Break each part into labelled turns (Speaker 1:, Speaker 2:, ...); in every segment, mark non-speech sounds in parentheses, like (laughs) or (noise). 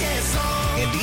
Speaker 1: Yes, oh,
Speaker 2: and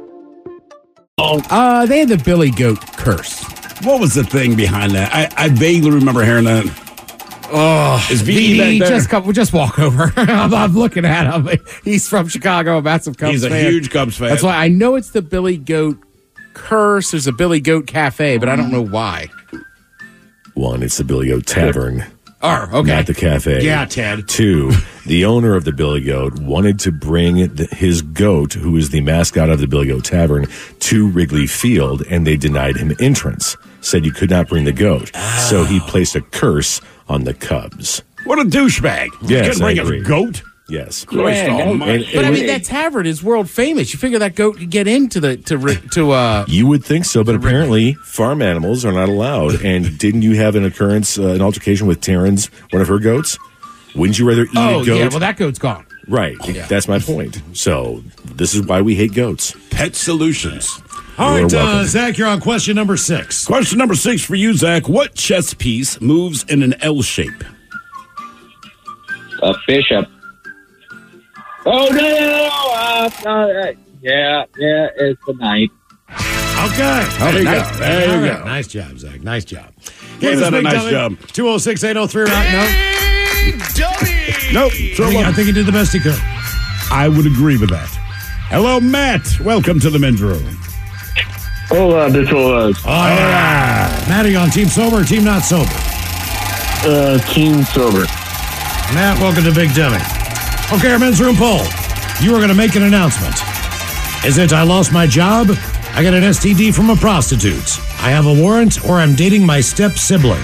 Speaker 3: Uh, they had the Billy Goat curse.
Speaker 4: What was the thing behind that? I, I vaguely remember hearing that. Oh, is
Speaker 3: He,
Speaker 4: VD back there?
Speaker 3: just come, just walk over. (laughs) I'm, I'm looking at him. He's from Chicago, a massive Cubs
Speaker 4: He's a
Speaker 3: fan.
Speaker 4: huge Cubs fan.
Speaker 3: That's why I know it's the Billy Goat curse. There's a Billy Goat cafe, but I don't know why.
Speaker 5: One, it's the Billy Goat
Speaker 3: (laughs)
Speaker 5: Tavern,
Speaker 3: Oh, okay.
Speaker 5: not the cafe.
Speaker 3: Yeah, Ted.
Speaker 5: Two, the owner of the Billy Goat wanted to bring th his goat, who is the mascot of the Billy Goat Tavern, to Wrigley Field, and they denied him entrance. Said you could not bring the goat, so
Speaker 3: Ah.
Speaker 5: he placed a curse on the Cubs.
Speaker 4: what a douchebag.
Speaker 5: Yes,
Speaker 4: Couldn't bring
Speaker 5: I agree.
Speaker 4: his goat.
Speaker 5: Yes,
Speaker 4: Christ almighty.
Speaker 3: But I mean, that tavern is world famous. You figure that goat could get into the to ri- to uh.
Speaker 5: you would think so, but apparently farm animals are not
Speaker 3: (laughs)
Speaker 5: allowed. And didn't you have an occurrence, uh, an altercation with Terrence, one of her goats? Wouldn't you rather eat
Speaker 3: Oh
Speaker 5: a goat?
Speaker 3: yeah, well that goat's gone.
Speaker 5: Right. That's my point. So this is why we hate goats.
Speaker 4: Pet Solutions.
Speaker 6: All
Speaker 5: You're
Speaker 6: right, uh,
Speaker 5: welcome.
Speaker 6: Zach, you're on question number six.
Speaker 4: Question number six for you, Zach. What chess piece moves in an L shape?
Speaker 7: a bishop. Oh no! no, no, uh, no uh, yeah, yeah, it's the knight.
Speaker 6: Okay.
Speaker 4: There you
Speaker 6: nice-
Speaker 4: go. There you
Speaker 6: all
Speaker 4: go.
Speaker 6: Nice job, Zach. Nice job.
Speaker 4: Was that a nice job?
Speaker 6: 206 803 right now.
Speaker 4: Nope.
Speaker 6: I
Speaker 4: Trouble.
Speaker 6: think, I think he did the best he could.
Speaker 4: I would agree with that. Hello, Matt. Welcome to the men's room.
Speaker 7: Hola de todos.
Speaker 8: uh,
Speaker 6: All right. Matt, are you on Team Sober or Team Not Sober?
Speaker 7: Uh, King Silver.
Speaker 6: Matt, welcome to Big Dummy. Okay, our men's room poll. You are going to make an announcement. Is it I lost my job? I got an STD from a prostitute. I have a warrant, or I'm dating my step sibling.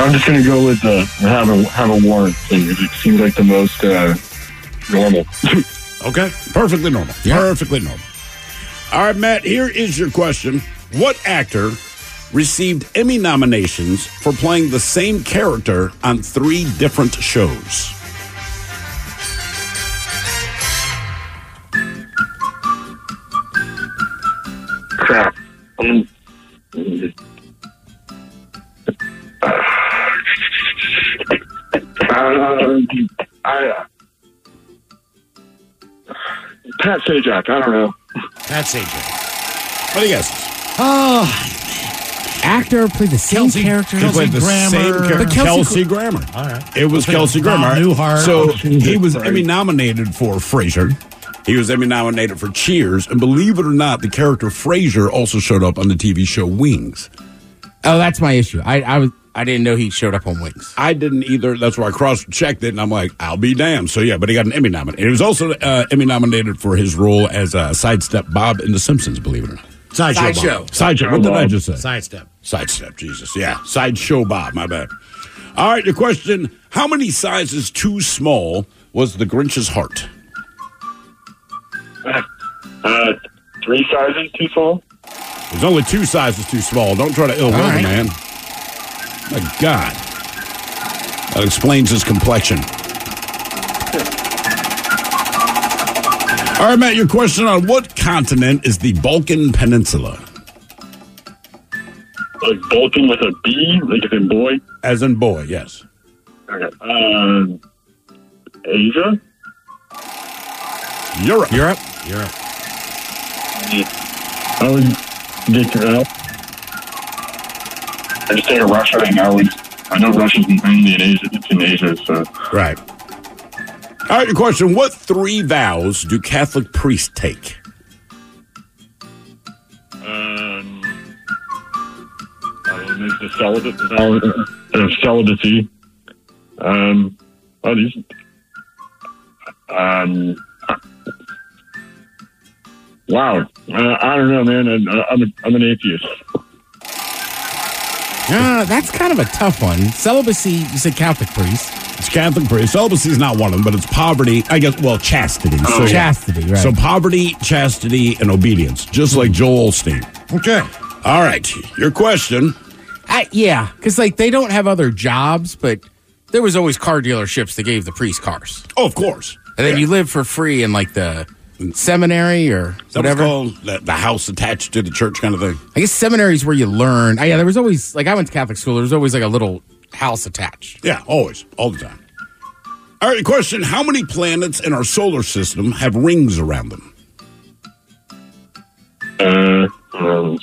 Speaker 7: I'm just gonna go with the have a have a warrant thing. It seems like the most uh, normal.
Speaker 4: Okay. Perfectly normal. Perfectly normal. All right, Matt, here is your question. What actor received Emmy nominations for playing the same character on three different shows?
Speaker 7: Crap. Um, uh, I, Pat Sajak. I don't know.
Speaker 6: That's AJ.
Speaker 4: What do you guess?
Speaker 3: Oh, actor played the same
Speaker 6: Kelsey-
Speaker 3: character.
Speaker 6: Kelsey
Speaker 4: the same
Speaker 6: Grammer.
Speaker 4: character.
Speaker 3: But
Speaker 4: Kelsey,
Speaker 3: Kelsey-
Speaker 4: Grammer.
Speaker 6: All right.
Speaker 4: It was
Speaker 6: We'll pick
Speaker 4: Kelsey
Speaker 6: Bob
Speaker 4: Grammer.
Speaker 6: Newhart. Oh,
Speaker 4: So he was
Speaker 7: Christ.
Speaker 4: Emmy nominated for Frasier. He was Emmy nominated for Cheers, and believe it or not, the character Frasier also showed up on the TV show Wings.
Speaker 3: Oh, that's my issue. I I was I didn't know he showed up on Wings.
Speaker 4: I didn't either. That's why I cross checked it, and I'm like, I'll be damned. So yeah, but he got an Emmy nomination. He was also uh, Emmy nominated for his role as uh, sidestep Bob in The Simpsons. Believe it or not,
Speaker 6: Sideshow.
Speaker 3: Sideshow.
Speaker 6: Bob.
Speaker 4: sidestep. What did I just say?
Speaker 6: Sidestep.
Speaker 4: sidestep. Jesus, yeah, sideshow Bob. My bad. All right, your question: How many sizes too small was the Grinch's heart?
Speaker 7: Uh, three sizes too small.
Speaker 4: There's only two sizes too small. Don't try to ill will
Speaker 3: All
Speaker 4: the
Speaker 3: right.
Speaker 4: man. My God. That explains his complexion. All right, Matt, your question on what continent is the Balkan Peninsula?
Speaker 8: Like Bolton with a B, like as in boy.
Speaker 4: As in boy, yes.
Speaker 8: Okay. Um, Asia.
Speaker 4: Europe. Europe.
Speaker 3: Europe.
Speaker 8: I would just uh, I just say Russia. And I would. I know Russia's mainly in Asia. It's in Asia, so
Speaker 4: Right. All right, your question What three vows do Catholic priests take?
Speaker 8: um, I mean, there's the celibate, vow of Uh, celibacy. Um, oh, these, um, wow. Uh, I don't know, man. I, I'm, a, I'm an atheist.
Speaker 3: Ah, that's kind of a tough one. Celibacy, you said Catholic priest.
Speaker 4: It's Catholic priest. Celibacy is not one of them, but it's poverty. I guess, well, chastity.
Speaker 3: Oh, chastity, right.
Speaker 4: So poverty, chastity, and obedience, just like Joel Olstein.
Speaker 3: Okay.
Speaker 4: All right, your question.
Speaker 3: Uh, yeah, because like they don't have other jobs, but there was always car dealerships that gave the priest cars.
Speaker 4: Oh, of course.
Speaker 3: And then you live for free in like the seminary or
Speaker 4: That was
Speaker 3: whatever.
Speaker 4: called the, the house attached to the church kind of thing.
Speaker 3: I guess seminaries where you learn. Oh, yeah, there was always like I went to Catholic school. There was always like a little house attached.
Speaker 4: Yeah, always, all the time. All right, question How many planets in our solar system have rings around them?
Speaker 8: Uh, um,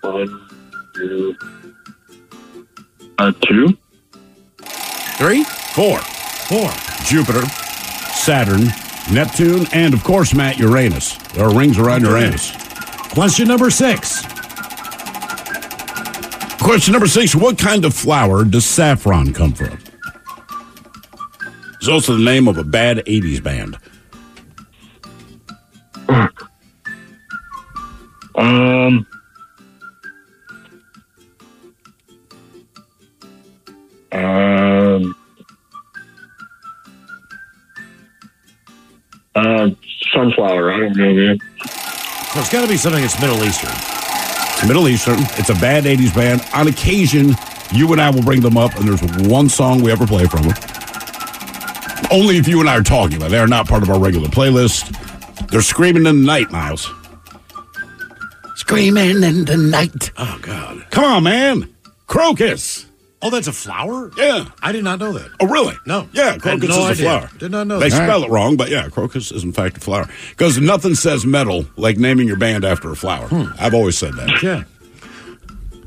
Speaker 8: one, two, uh, two.
Speaker 3: Three?
Speaker 4: Four. Four. Jupiter, Saturn, Neptune, and of course, Matt, Uranus. There are rings around Uranus.
Speaker 6: Question number six.
Speaker 4: Question number six What kind of flower does saffron come from? It's also the name of a bad 80s band.
Speaker 8: Um, um, uh, sunflower. I don't know, man.
Speaker 6: So it's got to be something that's Middle Eastern.
Speaker 4: It's Middle Eastern. It's a bad 80s band. On occasion, you and I will bring them up, and there's one song we ever play from them. Only if you and I are talking about it. They are not part of our regular playlist. They're screaming in the night, Miles.
Speaker 1: Screaming in the night.
Speaker 4: Oh, God. Come on, man. Crocus.
Speaker 6: Oh, that's a flower?
Speaker 4: Yeah.
Speaker 6: I did not know that.
Speaker 4: Oh, really?
Speaker 6: No.
Speaker 4: Yeah,
Speaker 6: Had
Speaker 4: crocus
Speaker 6: no
Speaker 4: is a
Speaker 6: idea.
Speaker 4: flower.
Speaker 6: Did not know
Speaker 4: They
Speaker 6: that.
Speaker 4: spell
Speaker 6: All right.
Speaker 4: it wrong, but yeah, crocus is in fact a flower. Because nothing says metal like naming your band after a flower.
Speaker 6: Hmm.
Speaker 4: I've always said that.
Speaker 6: Yeah.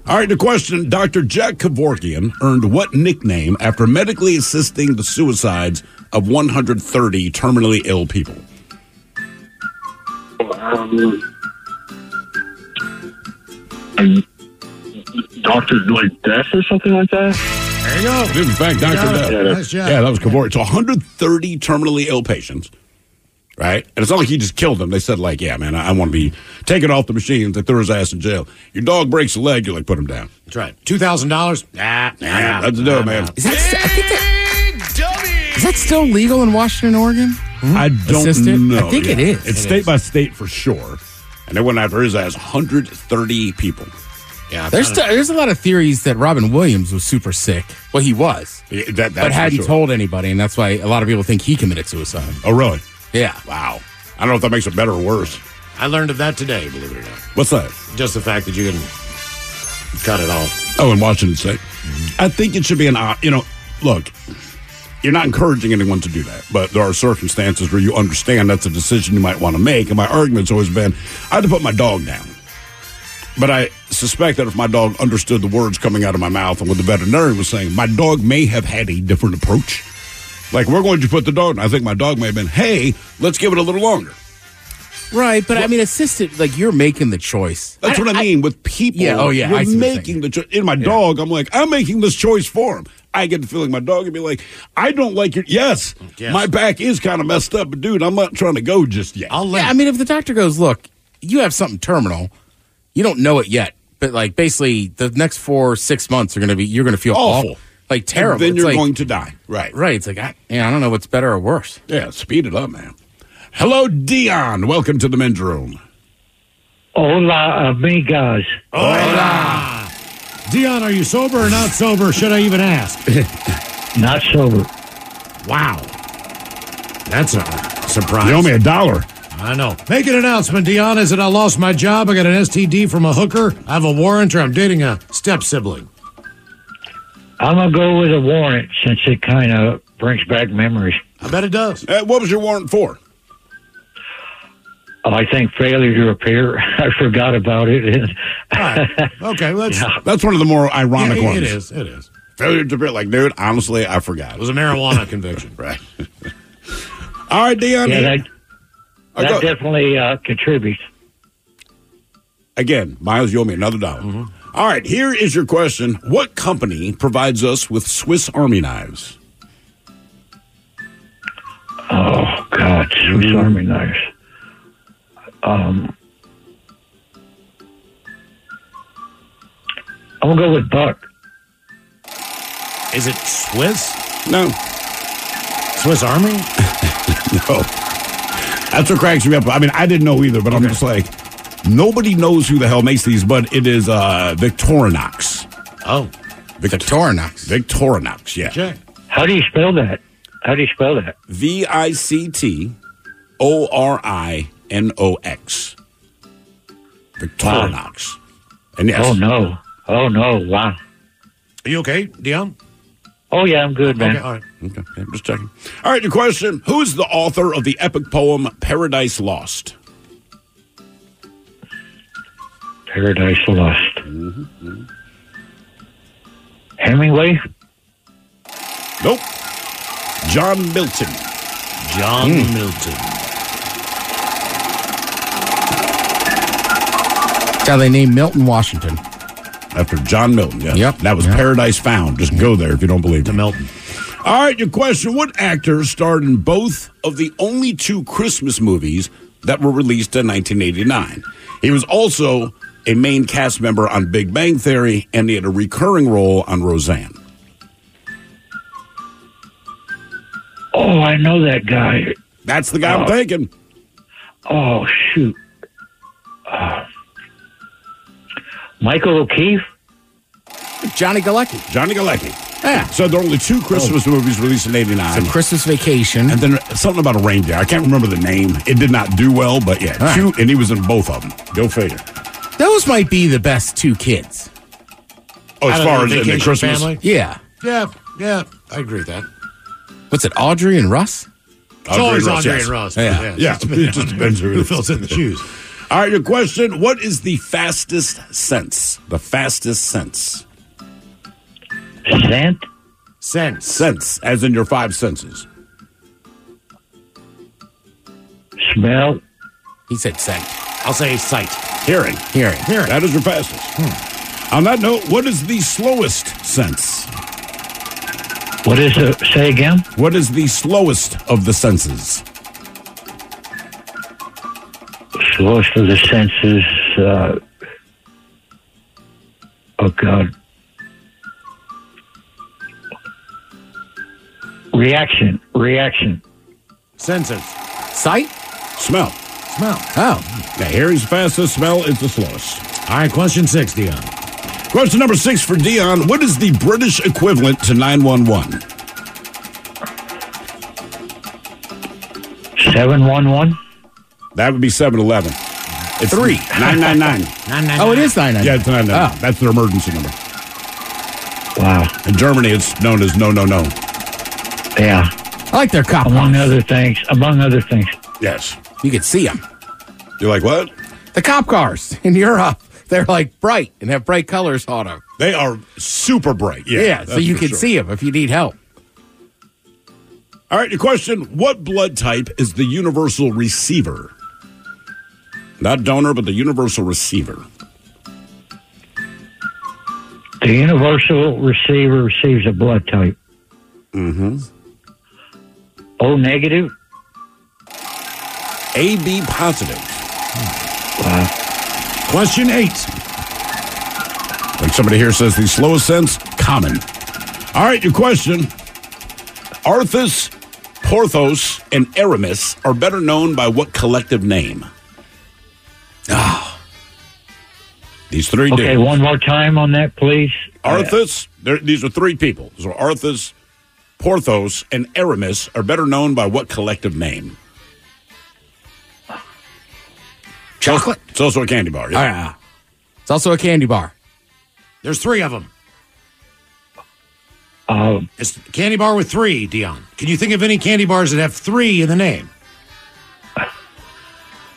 Speaker 4: All right, the question Dr. Jack Kevorkian earned what nickname after medically assisting the suicides of 130 terminally ill people?
Speaker 8: Um, and Doctor like death or something like that.
Speaker 6: There you go.
Speaker 4: In fact, Dr.
Speaker 6: got it.
Speaker 4: Death.
Speaker 6: Nice job.
Speaker 4: Yeah, that was Kevorkian. So 130 terminally ill patients, right? And it's not like he just killed them. They said, like, yeah, man, I, I want to be taken off the machines. They threw his ass in jail. Your dog breaks a leg, you're like, put him down.
Speaker 6: That's right. $2,000? Nah.
Speaker 4: Yeah, that's a do, man.
Speaker 3: Is that, st- I think that, is that still legal in Washington, Oregon?
Speaker 4: I don't
Speaker 3: Assistant?
Speaker 4: know.
Speaker 3: I think it is.
Speaker 4: It's
Speaker 3: It
Speaker 4: state
Speaker 3: is.
Speaker 4: by state for sure. And they went after his ass 130 people.
Speaker 6: Yeah.
Speaker 3: There's st- there's a lot of theories that Robin Williams was super sick. Well, he was,
Speaker 4: Yeah, That, that's
Speaker 3: but
Speaker 4: for
Speaker 3: hadn't
Speaker 4: sure.
Speaker 3: told anybody, and that's why a lot of people think he committed suicide.
Speaker 4: Oh, really?
Speaker 3: Yeah.
Speaker 4: Wow. I don't know if that makes it better or worse.
Speaker 6: I learned of that today, believe it or not.
Speaker 4: What's that?
Speaker 6: Just the fact that you can cut it off.
Speaker 4: Oh, in Washington State. I think it should be an op. You know, look, you're not encouraging anyone to do that, but there are circumstances where you understand that's a decision you might want to make. And my argument's always been I had to put my dog down. But I suspect that if my dog understood the words coming out of my mouth and what the veterinarian was saying, my dog may have had a different approach. Like, we're going to put the dog, and I think my dog may have been, hey, let's give it a little longer.
Speaker 3: Right, but I mean, assisted like you're making the choice.
Speaker 4: That's what I mean with people.
Speaker 3: Yeah, oh, yeah,
Speaker 4: you're
Speaker 3: I see what you're
Speaker 4: making the choice. In my dog, I'm like, I'm making this choice for him. I get the feeling my dog would be like, I don't like your. Yes,
Speaker 6: Yes.
Speaker 4: my back is kind of messed up, but dude, I'm not trying to go just yet.
Speaker 6: I'll let
Speaker 3: Yeah, I mean, if the doctor goes, look, you have something terminal, you don't know it yet, but like basically the next four six months are gonna be you're gonna feel
Speaker 4: Awful.
Speaker 3: awful, like terrible.
Speaker 4: And then
Speaker 3: It's
Speaker 4: you're
Speaker 3: like-
Speaker 4: going to die. Right.
Speaker 3: right. It's like I, yeah, I don't know what's better or worse.
Speaker 4: Yeah, speed it up, man. Hello, Dion. Welcome to the men's room.
Speaker 9: Hola, amigos.
Speaker 6: Dion, are you sober or not sober? Should I even ask?
Speaker 9: Not sober.
Speaker 6: Wow. That's a surprise.
Speaker 4: You owe me a dollar.
Speaker 6: I know. Make an announcement, Dion. Is it I lost my job? I got an STD from a hooker. I have a warrant, or I'm dating a step sibling.
Speaker 9: I'm gonna go with a warrant since it kind of brings back memories.
Speaker 6: I bet it does.
Speaker 4: Uh, what was your warrant for?
Speaker 9: I think failure to appear. (laughs) I forgot about it.
Speaker 6: Okay, let's.
Speaker 4: That's one of the more ironic
Speaker 6: Yeah, it-
Speaker 4: ones.
Speaker 6: It is. It is.
Speaker 4: Failure to appear. Like, dude, honestly, I forgot. It
Speaker 6: was a marijuana conviction.
Speaker 9: (laughs)
Speaker 4: right. (laughs) All right, Dion.
Speaker 9: Yeah, that,
Speaker 4: Oh,
Speaker 9: that
Speaker 4: go-
Speaker 9: definitely uh, contributes.
Speaker 4: Again, Miles, you owe me another dollar.
Speaker 9: Mm-hmm.
Speaker 4: All right, here is your question. What company provides us with Swiss Army knives?
Speaker 9: Oh God, Swiss Army knives. Um, I'm gonna go with Buck.
Speaker 6: Is it Swiss?
Speaker 4: No.
Speaker 6: Swiss Army?
Speaker 4: no. That's what cracks me up. I mean, I didn't know either, but I'm just like, nobody knows who the hell makes these, but it is uh, Victorinox.
Speaker 6: Oh.
Speaker 4: Victorinox. Victorinox, yeah.
Speaker 9: How do you spell that? How do you spell that?
Speaker 4: V I C T O R I N O X. Victorinox. And yes.
Speaker 9: Oh no! Oh no! Wow.
Speaker 6: Are you okay, Dion?
Speaker 9: Oh yeah, I'm good, man.
Speaker 4: Okay, all right. Okay, okay, just checking. All right, your question. Who's the author of the epic poem Paradise Lost?
Speaker 9: Paradise Lost.
Speaker 6: Mm-hmm,
Speaker 9: Hemingway.
Speaker 4: Nope. John Milton.
Speaker 6: John Milton.
Speaker 3: That's how they named Milton Washington.
Speaker 4: After John Milton, yeah. Yep. That was Paradise Found. Just go there if you don't believe me.
Speaker 6: Milton.
Speaker 4: All right, your question. What actor starred in both of the only two Christmas movies that were released in 1989? He was also a main cast member on Big Bang Theory, and he had a recurring role on Roseanne.
Speaker 9: Oh, I know that guy.
Speaker 4: That's the guy I'm
Speaker 9: Oh.
Speaker 4: thinking.
Speaker 9: Oh shoot. Uh, Michael O'Keefe.
Speaker 3: Johnny Galecki.
Speaker 4: Johnny Galecki. Yeah. So there are only two Christmas movies released in '89.
Speaker 3: So Christmas Vacation.
Speaker 4: And then something about a reindeer. I can't remember the name. It did not do well, but yeah,
Speaker 3: All right.
Speaker 4: two, and he was in both of them. Go figure.
Speaker 3: Those might be the best two kids.
Speaker 4: Oh,
Speaker 3: Out
Speaker 4: as
Speaker 3: of
Speaker 4: far
Speaker 3: the
Speaker 4: as in the
Speaker 3: vacation
Speaker 4: Christmas.
Speaker 3: family? Yeah.
Speaker 6: Yeah, yeah. I agree with that.
Speaker 3: What's it, Audrey and Russ?
Speaker 6: It's always Andre and Ross.
Speaker 3: Yeah.
Speaker 6: yeah.
Speaker 4: Yeah, (laughs) it just depends who it
Speaker 6: who
Speaker 4: is.
Speaker 6: fills in the shoes.
Speaker 4: (laughs) All right, your question: What is the fastest sense? The fastest sense.
Speaker 9: Scent.
Speaker 6: Sense.
Speaker 4: Sense, as in your five senses.
Speaker 9: Smell.
Speaker 3: He said scent.
Speaker 6: I'll say sight.
Speaker 4: Hearing.
Speaker 3: Hearing.
Speaker 6: Hearing.
Speaker 4: That is your fastest. On that note, what is the slowest sense?
Speaker 9: What is the say again?
Speaker 4: What is the slowest of the senses?
Speaker 9: Slowest of the senses. Uh, oh God. Reaction. Reaction.
Speaker 6: Senses.
Speaker 3: Sight?
Speaker 4: Smell.
Speaker 6: Smell.
Speaker 3: Oh.
Speaker 4: The hearing's fastest, smell is the slowest.
Speaker 6: All right, question six, Dion.
Speaker 4: Question number six for Dion. What is the British equivalent to 911?
Speaker 9: Seven one one.
Speaker 4: That would be 7 Eleven. It's three. 999.
Speaker 3: Oh, it is 999.
Speaker 4: yeah, it's 999.
Speaker 3: Oh.
Speaker 4: That's their emergency number.
Speaker 9: Wow.
Speaker 4: In Germany, it's known as no, no, no.
Speaker 9: Yeah.
Speaker 3: I like their cop.
Speaker 9: Among
Speaker 3: cars.
Speaker 9: other things. Among other things.
Speaker 4: Yes.
Speaker 3: You could see them.
Speaker 4: You're like, what?
Speaker 3: The cop cars (laughs) in Europe, they're like bright and have bright colors on them.
Speaker 4: They are super bright. Yeah.
Speaker 3: Yeah, so
Speaker 4: that's
Speaker 3: you
Speaker 4: for
Speaker 3: can
Speaker 4: sure.
Speaker 3: see them if you need help.
Speaker 4: All right, your question What blood type is the universal receiver? Not donor, but the universal receiver.
Speaker 9: The universal receiver receives a blood type.
Speaker 4: Mm-hmm.
Speaker 9: O negative.
Speaker 4: AB positive.
Speaker 6: Question eight.
Speaker 4: Like somebody here says, the slowest sense, common. All right, your question. Arthas, Porthos, and Aramis are better known by what collective name? Ah. These three
Speaker 9: Okay,
Speaker 4: dudes.
Speaker 9: one more time on that, please.
Speaker 4: Oh, Arthas, they're- these are three people. So Arthas, Porthos, and Aramis are better known by what collective name?
Speaker 3: Chocolate?
Speaker 4: It's also a candy bar. Yeah.
Speaker 3: Ah, It's also a candy bar.
Speaker 6: There's three of them.
Speaker 9: Um,
Speaker 6: It's a candy bar with three, Dion. Can you think of any candy bars that have three in the name?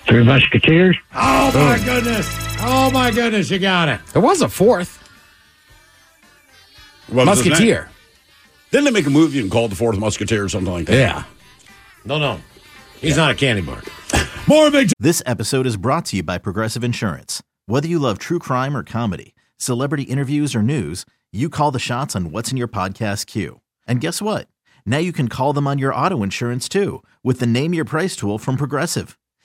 Speaker 9: Three Musketeers.
Speaker 6: Oh, my goodness. Oh, my goodness. You got it.
Speaker 3: There was a fourth.
Speaker 4: What was his name?
Speaker 3: Musketeer.
Speaker 4: Didn't they make a movie and called the Fourth Musketeer or something like that?
Speaker 6: Yeah. No, no. He's not a candy bar.
Speaker 10: More big. This episode is brought to you by Progressive Insurance. Whether you love true crime or comedy, celebrity interviews or news, you call the shots on what's in your podcast queue. And guess what? Now you can call them on your auto insurance too with the Name Your Price tool from Progressive.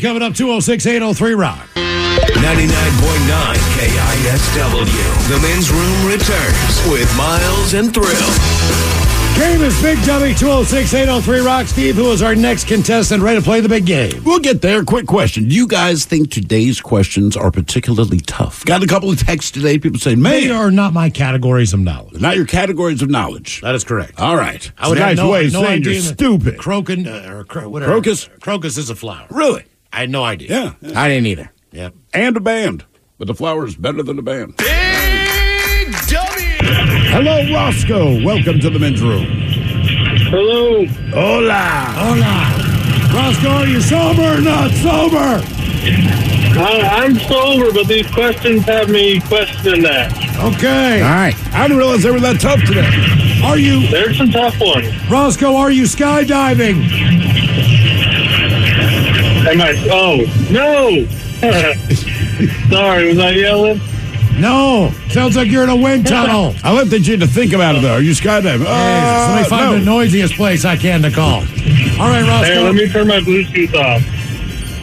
Speaker 6: Coming up 206 803 Rock.
Speaker 11: 99.9 KISW. The men's room returns with Miles and Thrill.
Speaker 6: Game is Big Dummy 206 803 Rock. Steve, who is our next contestant, ready to play the big game.
Speaker 4: We'll get there. Quick question. Do you guys think today's questions are particularly tough? Got a couple of texts today. People say,
Speaker 6: They
Speaker 4: man,
Speaker 6: are not my categories of knowledge. Uh,
Speaker 4: not your categories of knowledge.
Speaker 6: That is correct.
Speaker 4: All right.
Speaker 6: I would
Speaker 4: It's a
Speaker 6: have
Speaker 4: nice
Speaker 6: no,
Speaker 4: way of
Speaker 6: no
Speaker 4: saying
Speaker 6: idea
Speaker 4: you're
Speaker 6: that-
Speaker 4: stupid.
Speaker 6: Crokin uh, or cro- whatever.
Speaker 4: Crocus?
Speaker 6: Crocus is a flower.
Speaker 4: Really?
Speaker 6: I had no idea.
Speaker 4: Yeah.
Speaker 3: I didn't either.
Speaker 6: Yep.
Speaker 4: And a band. But the flower is better than the band.
Speaker 1: Dummy.
Speaker 4: Hello, Roscoe. Welcome to the men's room. Hello. Hola.
Speaker 6: Hola. Roscoe, are you sober or not sober?
Speaker 8: I'm sober, but these questions have me questioning that.
Speaker 6: Okay.
Speaker 3: All right.
Speaker 4: I didn't realize they were that tough today.
Speaker 6: Are you,
Speaker 8: There's some tough ones.
Speaker 6: Roscoe, are you skydiving?
Speaker 8: Am I? Oh no! (laughs) Sorry, was I yelling?
Speaker 6: No. Sounds like you're in a wind tunnel.
Speaker 8: Uh,
Speaker 4: I left that you had to think about it, though. Are you skydiving?
Speaker 6: Jesus, let me find the noisiest place I can to call. All right,
Speaker 8: Hey,
Speaker 6: Roscoe.
Speaker 8: let me turn my Bluetooth off.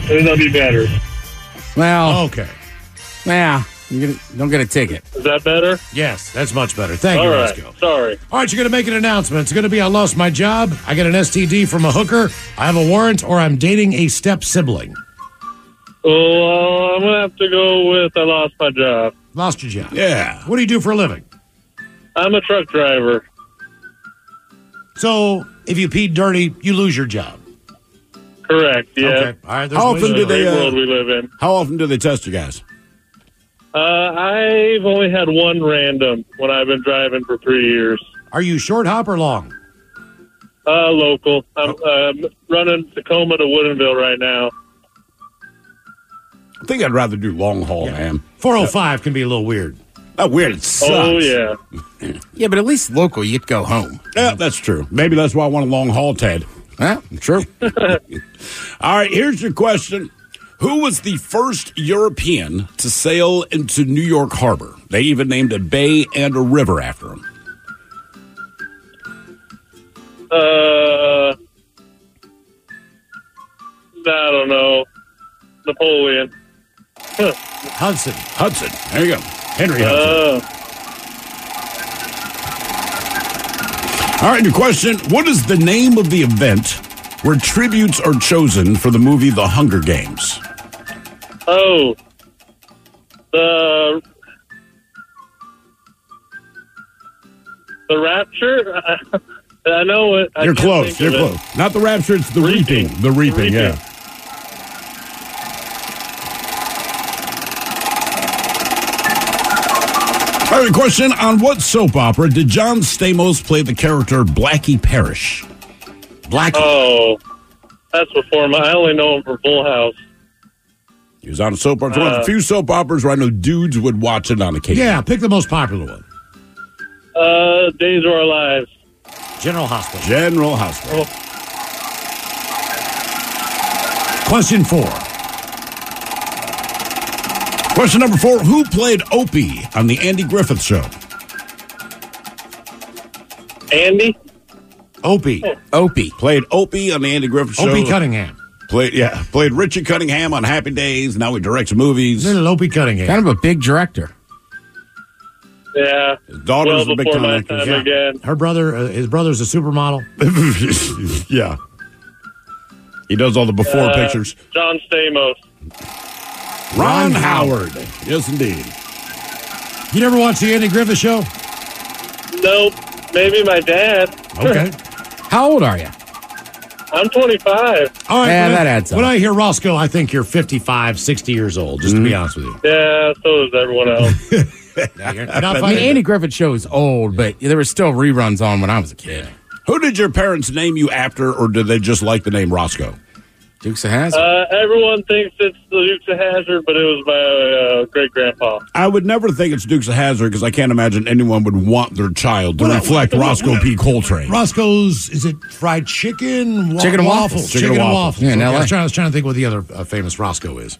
Speaker 8: Then that'll be better.
Speaker 3: Well,
Speaker 6: okay.
Speaker 3: yeah. You gonna- don't get a ticket.
Speaker 8: Is that better?
Speaker 6: Yes, that's much better. Thank
Speaker 8: All
Speaker 6: you,
Speaker 8: right.
Speaker 6: Roscoe.
Speaker 8: Sorry.
Speaker 6: All right, you're going to make an announcement. It's going to be I lost my job, I got an STD from a hooker, I have a warrant, or I'm dating a step sibling.
Speaker 8: Well, I'm gonna have to go with I lost my job.
Speaker 6: Lost your job.
Speaker 4: Yeah.
Speaker 6: What do you do for a living?
Speaker 8: I'm a truck driver.
Speaker 6: So, if you pee dirty, you lose your job.
Speaker 8: Correct. Yeah.
Speaker 6: Okay. All right. there's
Speaker 4: How
Speaker 6: ways
Speaker 4: often
Speaker 6: to
Speaker 4: do
Speaker 6: do it.
Speaker 4: they?
Speaker 8: Great world
Speaker 4: Uh,
Speaker 8: we live in.
Speaker 4: how often do they test you guys?
Speaker 8: Uh, I've only had one random when I've been driving for three years.
Speaker 6: Are you short hop or long?
Speaker 8: Uh, local. I'm um, running Tacoma to Woodinville right now.
Speaker 4: I think I'd rather do long haul, man.
Speaker 6: 405 can be a little weird.
Speaker 4: That weird it sucks.
Speaker 8: Oh yeah.
Speaker 3: Yeah, but at least local, you'd go home.
Speaker 4: Yeah, that's true. Maybe that's why I want a long haul, Ted.
Speaker 3: Yeah,
Speaker 8: (laughs)
Speaker 3: true.
Speaker 4: All right, here's your question. Who was the first European to sail into New York Harbor? They even named a bay and a river after him.
Speaker 8: Uh, I don't know. Napoleon.
Speaker 6: Hudson.
Speaker 4: Hudson. There you go. Henry Hudson.
Speaker 8: Uh, Uh.
Speaker 4: All right, your question. What is the name of the event where tributes are chosen for the movie The Hunger Games?
Speaker 8: oh. The. The Rapture? (laughs) I know it. I
Speaker 4: You're
Speaker 8: can't
Speaker 4: close.
Speaker 8: think
Speaker 4: You're
Speaker 8: of it.
Speaker 4: close. Not the rapture. It's the reaping. The reaping. Yeah.
Speaker 8: Reaping.
Speaker 4: All right. Question: On what soap opera did John Stamos play the character Blackie Parrish? Blackie.
Speaker 8: Oh, that's before my. I only know him for Full House.
Speaker 4: He was on a soap opera. It's one of
Speaker 8: Uh,
Speaker 4: the few soap operas where I know dudes would watch it on occasion.
Speaker 6: Yeah, pick the most popular one.
Speaker 8: Uh, Days of Our Lives.
Speaker 6: General Hospital.
Speaker 4: General Hospital.
Speaker 6: Question four.
Speaker 8: Oh.
Speaker 4: Question number four: Who played Opie on the Andy Griffith Show?
Speaker 8: Andy.
Speaker 4: Opie.
Speaker 8: Oh.
Speaker 4: Opie played Opie on the Andy Griffith Show.
Speaker 6: Opie Cunningham.
Speaker 4: Played yeah, played Richard Cunningham on Happy Days. Now he directs movies.
Speaker 6: Little Opie Cunningham.
Speaker 3: Kind of a big director.
Speaker 8: Yeah. His
Speaker 4: daughter's
Speaker 8: well
Speaker 4: a big
Speaker 8: before my
Speaker 4: time actress.
Speaker 8: time again.
Speaker 6: Her brother, uh, his brother's a supermodel.
Speaker 4: yeah. (laughs) He does all the before
Speaker 8: Uh,
Speaker 4: pictures.
Speaker 8: John Stamos.
Speaker 4: Ron, Howard. Yes, indeed.
Speaker 6: You never watched the Andy Griffith Show?
Speaker 8: Nope. Maybe my dad.
Speaker 6: Okay.
Speaker 3: How old are
Speaker 8: (laughs)
Speaker 3: you?
Speaker 8: I'm 25.
Speaker 6: All right.
Speaker 8: Yeah,
Speaker 6: when I-
Speaker 8: that adds up.
Speaker 6: When I hear Roscoe, I think you're 55, 60 years old, just
Speaker 3: Mm.
Speaker 6: to be honest with you.
Speaker 8: Yeah, so does everyone else.
Speaker 6: not
Speaker 3: the
Speaker 6: fighting
Speaker 3: Andy Griffith show is old, but there were still reruns on when I was a kid.
Speaker 4: Who did your parents name you after, or did they just like the name Roscoe?
Speaker 3: Dukes of Hazzard.
Speaker 8: Uh, everyone thinks it's the Dukes of Hazard, but it was my uh, great grandpa.
Speaker 4: I would never think it's Dukes of Hazard because I can't imagine anyone would want their child to
Speaker 6: What-
Speaker 4: reflect
Speaker 6: what- what-
Speaker 4: Roscoe P. Coltrane.
Speaker 6: Roscoe's, is it fried chicken?
Speaker 4: Chicken and waffles.
Speaker 6: Chicken, and waffles.
Speaker 4: Yeah, in
Speaker 6: Okay, I,
Speaker 4: LA.
Speaker 6: was trying, I was trying to think what the other uh, famous Roscoe is.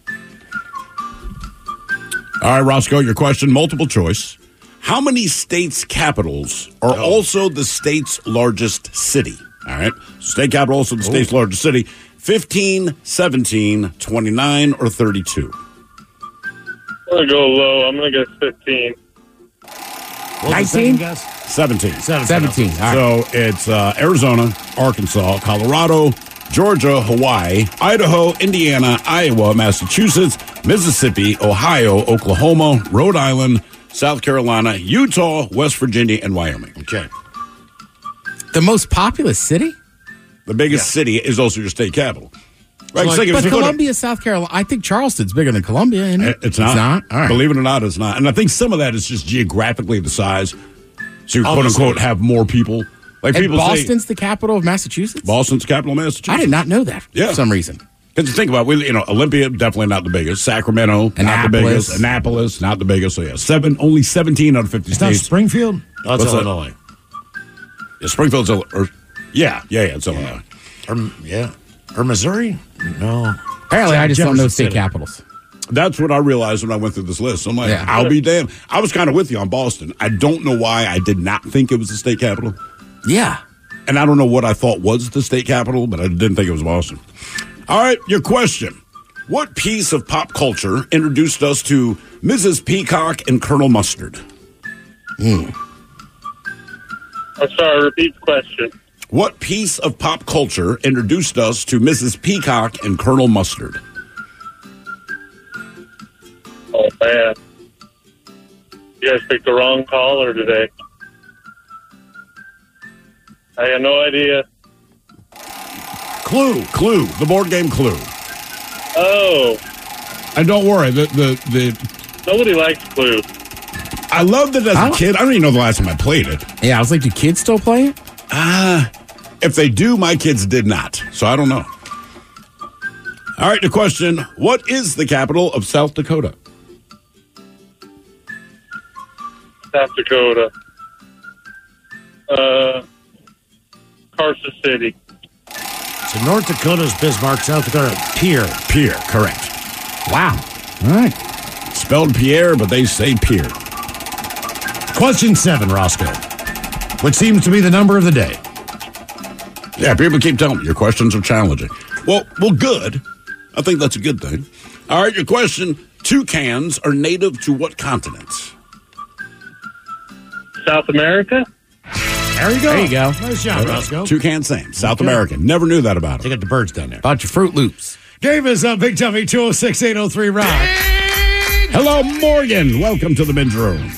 Speaker 4: All right, Roscoe, your question, multiple choice. How many states' capitals are also the state's largest city? All right. State capital, also the state's largest city. 15, 17, 29, or 32?
Speaker 8: I'm going to go low. I'm going to guess 15.
Speaker 6: What was the second guess?
Speaker 4: 17. 17.
Speaker 3: 17, all
Speaker 4: So it's uh, Arizona, Arkansas, Colorado, Georgia, Hawaii, Idaho, Indiana, Iowa, Massachusetts, Mississippi, Ohio, Oklahoma, Rhode Island, South Carolina, Utah, West Virginia, and Wyoming.
Speaker 6: Okay.
Speaker 3: The most populous city?
Speaker 4: The biggest city is also your state capital. Right, so like, if
Speaker 3: but
Speaker 4: you go to-
Speaker 3: Columbia, South Carolina. I think Charleston's bigger than Columbia. Isn't
Speaker 6: Uh,
Speaker 3: it?
Speaker 4: Eh, It's not.
Speaker 3: All right.
Speaker 4: Believe it or not, it's not. And I think some of that is just geographically the size. So you quote
Speaker 3: Obviously.
Speaker 4: unquote have more people. Like
Speaker 3: and
Speaker 4: people say
Speaker 3: Boston's the capital of Massachusetts.
Speaker 4: Boston's capital, Massachusetts.
Speaker 3: I did not know that.
Speaker 4: Yeah. For
Speaker 3: some reason.
Speaker 4: Because you think about it, we, you know, Olympia, definitely not the biggest. Sacramento, not the
Speaker 3: Annapolis.
Speaker 4: biggest. Annapolis, not the biggest. So, yeah, seven, only 17 out of 50
Speaker 6: It's not
Speaker 4: states.
Speaker 6: Springfield? Oh, it's
Speaker 4: What's that?
Speaker 6: Illinois.
Speaker 4: Yeah, Springfield's, Ill- or, yeah, yeah, yeah, it's Illinois.
Speaker 6: Or, yeah. Or Missouri? No.
Speaker 3: Apparently, I just don't know
Speaker 4: Jefferson
Speaker 3: state
Speaker 4: City.
Speaker 3: capitals.
Speaker 4: That's what I realized when I went through this list. I'm like,
Speaker 3: Yeah.
Speaker 4: I'll be damned. I was kind of with you on Boston. I don't know why I did not think it was the state capital.
Speaker 3: Yeah.
Speaker 4: And I don't know what I thought was the state capital, but I didn't think it was Boston. All right, your question. What piece of pop culture introduced us to Mrs. Peacock and Colonel Mustard?
Speaker 8: I'm sorry, repeat the question.
Speaker 4: What piece of pop culture introduced us to Mrs. Peacock and Colonel Mustard?
Speaker 8: Oh, man. You guys picked the wrong caller today. I got no idea.
Speaker 4: Clue, Clue, the board game Clue.
Speaker 8: Oh,
Speaker 4: And don't worry, the the, the
Speaker 8: nobody likes Clue.
Speaker 4: I loved it as a kid. I don't even know the last time I played it.
Speaker 3: Yeah, I was like, do kids still play it?
Speaker 4: Ah, if they do, my kids did not, so I don't know. All right, the question: What is the capital of South Dakota?
Speaker 8: South Dakota. Uh, Carson City.
Speaker 6: So North Dakota's Bismarck, South Dakota, Pierre.
Speaker 4: Pierre, correct.
Speaker 3: Wow. All right.
Speaker 4: Spelled Pierre, but they say Pierre.
Speaker 6: Question seven, Roscoe, which seems to be the number of the day.
Speaker 4: Yeah, people keep telling me your questions are challenging. Well, well, good. I think that's a good thing. All right, your question: Toucans are native to what continent?
Speaker 8: South America?
Speaker 6: There you go.
Speaker 3: There you go.
Speaker 6: Nice job, Roscoe.
Speaker 4: Toucan, same. South America. Never knew that about them.
Speaker 6: They got the birds down there.
Speaker 3: About your Fruit Loops.
Speaker 6: Game is up. Big Dummy 206 803 Rock.
Speaker 4: Hello, Morgan. Welcome to the men's room.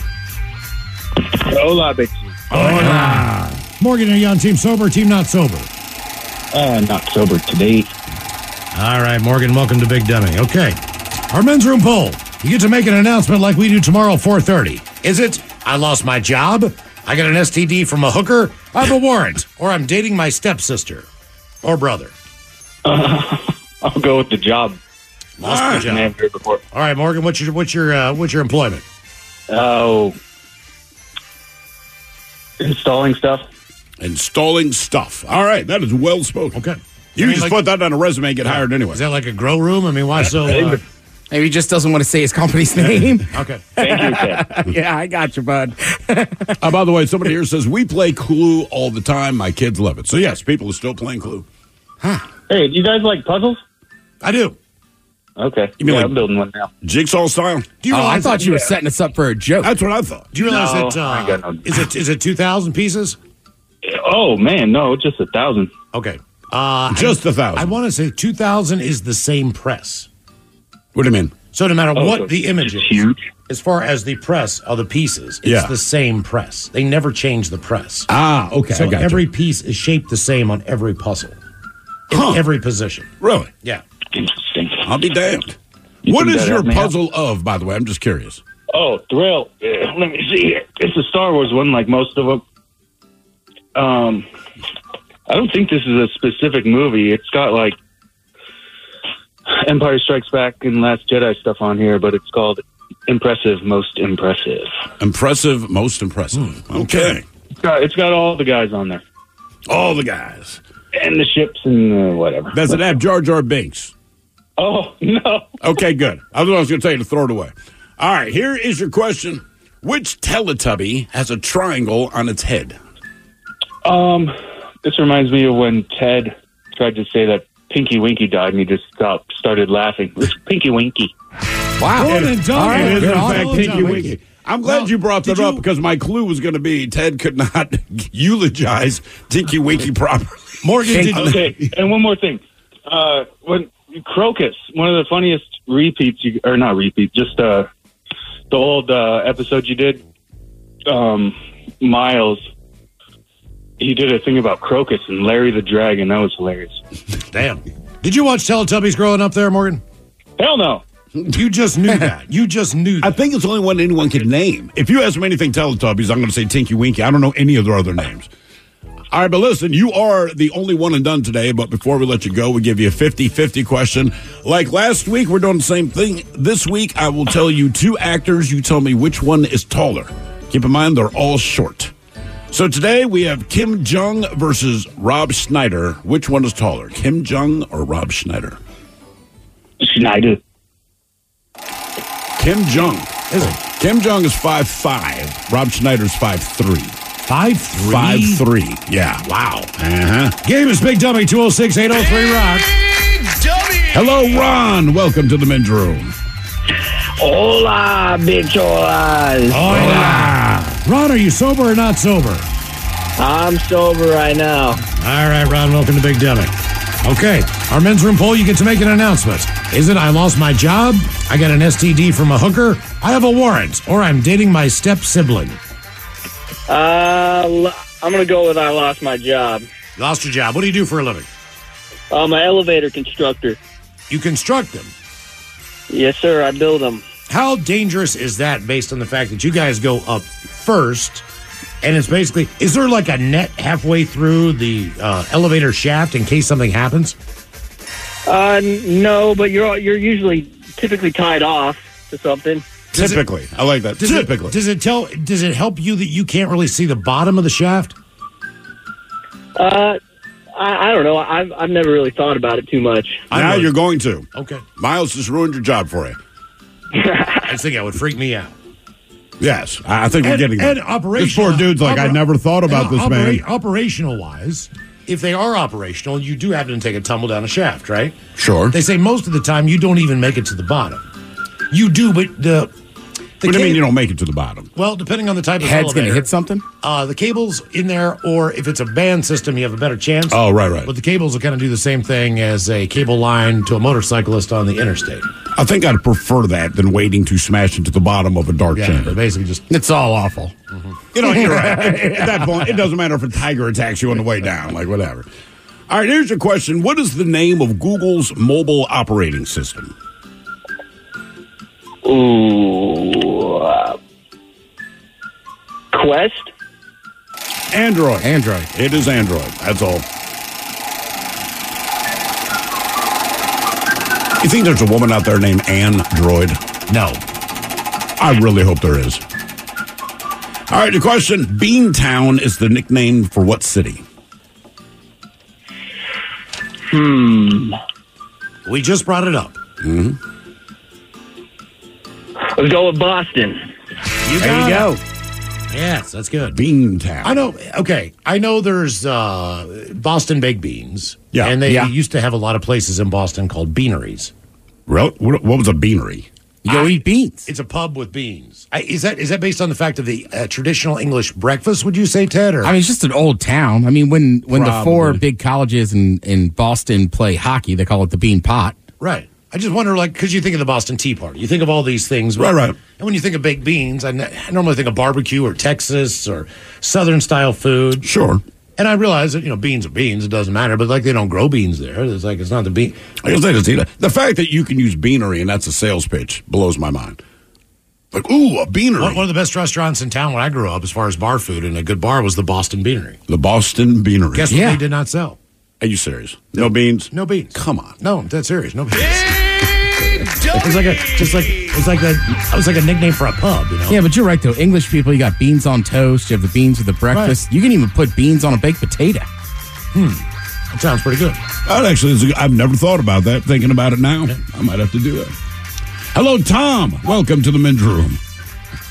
Speaker 12: Hola, bitches.
Speaker 4: Hola.
Speaker 6: Morgan, are you on Team Sober, Team Not Sober?
Speaker 12: Uh, not sober today.
Speaker 6: All right, Morgan, welcome to Big Dummy. Okay. Our men's room poll. You get to make an announcement like we do tomorrow, 4.30. Is it, I lost my job, I got an STD from a hooker, I have a warrant, or I'm dating my stepsister or brother?
Speaker 12: I'll go with the job.
Speaker 6: Lost my job.
Speaker 12: All
Speaker 6: right, Morgan, what's your, what's your, uh, what's your employment?
Speaker 12: Oh.
Speaker 4: Installing stuff. Installing stuff. All right, that is well spoken.
Speaker 6: Okay.
Speaker 4: You
Speaker 6: I mean,
Speaker 4: just
Speaker 6: like-
Speaker 4: put that on a resume and get hired anyway.
Speaker 6: Is that like a grow room? I mean, why so? Uh,
Speaker 3: Maybe he just doesn't want to say his
Speaker 6: (laughs)
Speaker 3: company's name. (laughs)
Speaker 6: okay. (laughs)
Speaker 3: yeah, I got you, bud.
Speaker 4: Uh, by the way, somebody here says we play Clue all the time. My kids love it. So yes, people are still playing Clue.
Speaker 12: Hey, do you guys like puzzles?
Speaker 6: I do.
Speaker 12: Okay.
Speaker 4: You mean
Speaker 12: Yeah,
Speaker 4: like-
Speaker 12: I'm building one now.
Speaker 4: Jigsaw style. Oh,
Speaker 12: Do
Speaker 6: Oh,
Speaker 12: you realize that- yeah.
Speaker 3: us up for a joke.
Speaker 4: That's what I thought.
Speaker 6: Do you realize
Speaker 12: No,
Speaker 6: that
Speaker 12: I ain't
Speaker 6: uh,
Speaker 12: got no-
Speaker 6: is it is it two thousand pieces?
Speaker 12: Oh man, no, just a thousand.
Speaker 6: Okay. Uh,
Speaker 12: Just
Speaker 6: I-
Speaker 12: a thousand.
Speaker 6: I want to say two thousand is the same press.
Speaker 4: What do you mean?
Speaker 6: So no matter
Speaker 12: Oh,
Speaker 6: what
Speaker 12: so
Speaker 6: the image is,
Speaker 12: huge.
Speaker 6: as far as the press of the pieces, it's
Speaker 4: Yeah.
Speaker 6: the same press. They never change the press.
Speaker 4: Ah, okay,
Speaker 6: So
Speaker 4: I got you.
Speaker 6: every piece is shaped the same on every puzzle, in every position.
Speaker 4: Really?
Speaker 6: Yeah.
Speaker 12: Interesting.
Speaker 4: I'll be damned.
Speaker 6: You
Speaker 4: what
Speaker 6: think
Speaker 4: is
Speaker 6: that
Speaker 4: your
Speaker 6: helped me out?
Speaker 4: puzzle of? By the way, I'm just curious.
Speaker 12: Oh, thrill! (clears throat) Yeah, let me see here. It's a Star Wars one, like most of them. Um, I don't think this is a specific movie. It's got like Empire Strikes Back and Last Jedi stuff on here, but it's called Impressive Most Impressive.
Speaker 4: Impressive, most impressive.
Speaker 6: Hmm.
Speaker 4: okay.
Speaker 12: It's got, it's got all the guys on there,
Speaker 4: all the guys,
Speaker 12: and the ships and uh, whatever.
Speaker 4: Does it have Jar Jar Binks?
Speaker 12: Oh (laughs) no.
Speaker 4: Okay, good. I was going to tell you to throw it away. All right, here is your question: Which Teletubby has a triangle on its head?
Speaker 12: Um, this reminds me of when Ted tried to say that Pinky Winky died, and he just stopped, started laughing. It's Pinky Winky.
Speaker 3: Wow.
Speaker 4: It-
Speaker 12: Golden Dawn.
Speaker 4: it is, in
Speaker 12: Golden
Speaker 4: fact,
Speaker 12: Dawn.
Speaker 4: Pinky Winky. I'm glad you brought that up because my clue was going to be Ted could not (laughs) eulogize Tinky Winky properly.
Speaker 12: okay, and one more thing. Uh, when Crocus, one of the funniest repeats, you, or not repeats, just uh, the old uh, episode you did, um, Miles. He did a thing about Crocus and Larry the Dragon. That was hilarious.
Speaker 6: Damn. Did you watch Teletubbies growing up there, Morgan?
Speaker 12: Hell no.
Speaker 6: You just
Speaker 12: (laughs)
Speaker 6: knew that. You just knew.
Speaker 4: I think it's the only one anyone could name. If you ask me anything Teletubbies, I'm going to say Tinky Winky. I don't know any of their other names. All right, but listen, you are the only one and done today. But before we let you go, we give you a 50 50 question. Like last week, we're doing the same thing. This week, I will tell you two actors. You tell me which one is taller. Keep in mind, they're all short. So today, we have Kim Jong versus Rob Schneider. Which one is taller, Kim Jong or Rob Schneider?
Speaker 12: Schneider.
Speaker 4: Kim Jong. Is it? Kim Jong is five five. Rob Schneider's five three.
Speaker 6: Five three.
Speaker 4: Five three. Yeah. Wow. Uh huh.
Speaker 6: Game is Big Dummy 206 803 Rock.
Speaker 4: Hello, Ron. Welcome to the men's room.
Speaker 1: Hola, bicholas.
Speaker 6: Oh, Ron, are you sober or not sober?
Speaker 1: I'm sober right now.
Speaker 6: All right, Ron, welcome to Big Dummy. Okay, our men's room poll, you get to make an announcement. Is it I lost my job, I got an STD from a hooker, I have a warrant, or I'm dating my step sibling?
Speaker 7: Uh, l- I'm gonna go with I lost my job.
Speaker 6: Lost your job. What do you do for a living?
Speaker 7: I'm an elevator constructor.
Speaker 6: You construct them.
Speaker 7: Yes, sir. I build them.
Speaker 6: How dangerous is that based on the fact that you guys go up first? And it's basically, is there like a net halfway through the uh, elevator shaft in case something happens?
Speaker 7: Uh, n- no, but you're you're usually typically tied off to something.
Speaker 6: Does it-
Speaker 4: Typically, I like that.
Speaker 6: Does
Speaker 4: Typically,
Speaker 6: It, does it tell? Does it help you that you can't really see the bottom of the shaft?
Speaker 7: Uh, I, I don't know. I've I've never really thought about it too much.
Speaker 4: now you're going to.
Speaker 6: Okay.
Speaker 4: Miles just ruined your job for you.
Speaker 6: I just think that would freak me out.
Speaker 4: Yes, I I think we're
Speaker 6: And-
Speaker 4: getting
Speaker 6: and
Speaker 4: that. This
Speaker 6: operational-
Speaker 4: poor dude's like I
Speaker 6: opera-
Speaker 4: never thought about this man.
Speaker 6: Operational wise, if they are operational, you do happen to take a tumble down a shaft, right?
Speaker 4: Sure.
Speaker 6: They say most of the time you don't even make it to the bottom. You do, but the The
Speaker 4: what do you mean
Speaker 6: cable-
Speaker 4: you don't make it to the bottom?
Speaker 6: Well, depending on the type of
Speaker 4: Head's gonna
Speaker 6: going
Speaker 4: hit something?
Speaker 6: Uh, the cable's in there, or if it's a band system, you have a better chance.
Speaker 4: Oh, right, right.
Speaker 6: But the cables will kind of do the same thing as a cable line to a motorcyclist on the interstate.
Speaker 4: I think I'd prefer that than waiting to smash into the bottom of a dark
Speaker 6: Yeah,
Speaker 4: chamber.
Speaker 6: they basically just
Speaker 4: it's all awful. You know, you're right. At that point, it doesn't matter if a tiger attacks you on the way down, like whatever. All right, here's your question: What is the name of Google's mobile operating system?
Speaker 7: Ooh. uh, Quest?
Speaker 4: Android. Android. It is Android. That's all. You think there's a woman out there named Android? No. I really hope there is. All right, the question Beantown is the nickname for what city?
Speaker 7: Hmm.
Speaker 6: We just brought it up.
Speaker 4: Mm-hmm.
Speaker 7: Let's go with Boston.
Speaker 6: You
Speaker 7: There
Speaker 6: got
Speaker 7: you
Speaker 6: it. Yes, that's good.
Speaker 4: Beantown.
Speaker 6: I know. Okay, I know. There's uh, Boston baked beans.
Speaker 4: Yeah,
Speaker 6: and they
Speaker 4: yeah.
Speaker 6: used to have a lot of places in Boston called beaneries.
Speaker 4: What, what was a beanery? You go eat beans.
Speaker 6: It's a pub with beans. I, is that is that based on the fact of the uh, traditional English breakfast? Would you say, Ted? Or
Speaker 3: I mean, it's just an old town. I mean, when when the four
Speaker 6: Probably.
Speaker 3: big colleges in in Boston play hockey, they call it the Bean Pot.
Speaker 6: right. I just wonder, like, because you think of the Boston Tea Party, you think of all these things,
Speaker 3: Right, right.
Speaker 6: And when you think of baked beans, I, n- I normally think of barbecue or Texas or Southern style food.
Speaker 4: Sure.
Speaker 6: And I realize that you know beans are beans; it doesn't matter. But like, they don't grow beans there. It's like it's not the bean.
Speaker 4: I guess they just eat it. The fact that you can use beanery and that's a sales pitch blows my mind. Like, ooh, a beanery.
Speaker 6: One, one of the best restaurants in town when I grew up, as far as bar food and a good bar, was the Boston Beanery.
Speaker 4: The Boston Beanery.
Speaker 6: Guess what they did not sell?
Speaker 4: Are you serious? No beans?
Speaker 6: No beans.
Speaker 4: Come on.
Speaker 6: No, I'm dead serious. No beans. it's like a just like it's like that. It was like a nickname for a pub, you know.
Speaker 3: Yeah, but you're right though. English people, you got beans on toast. You have the beans with the breakfast. You can even put beans on a baked potato.
Speaker 6: Hmm, that sounds pretty good.
Speaker 4: That actually is, I've never thought about that. Thinking about it now, I might have to do it. Hello, Tom. Welcome to the men's room.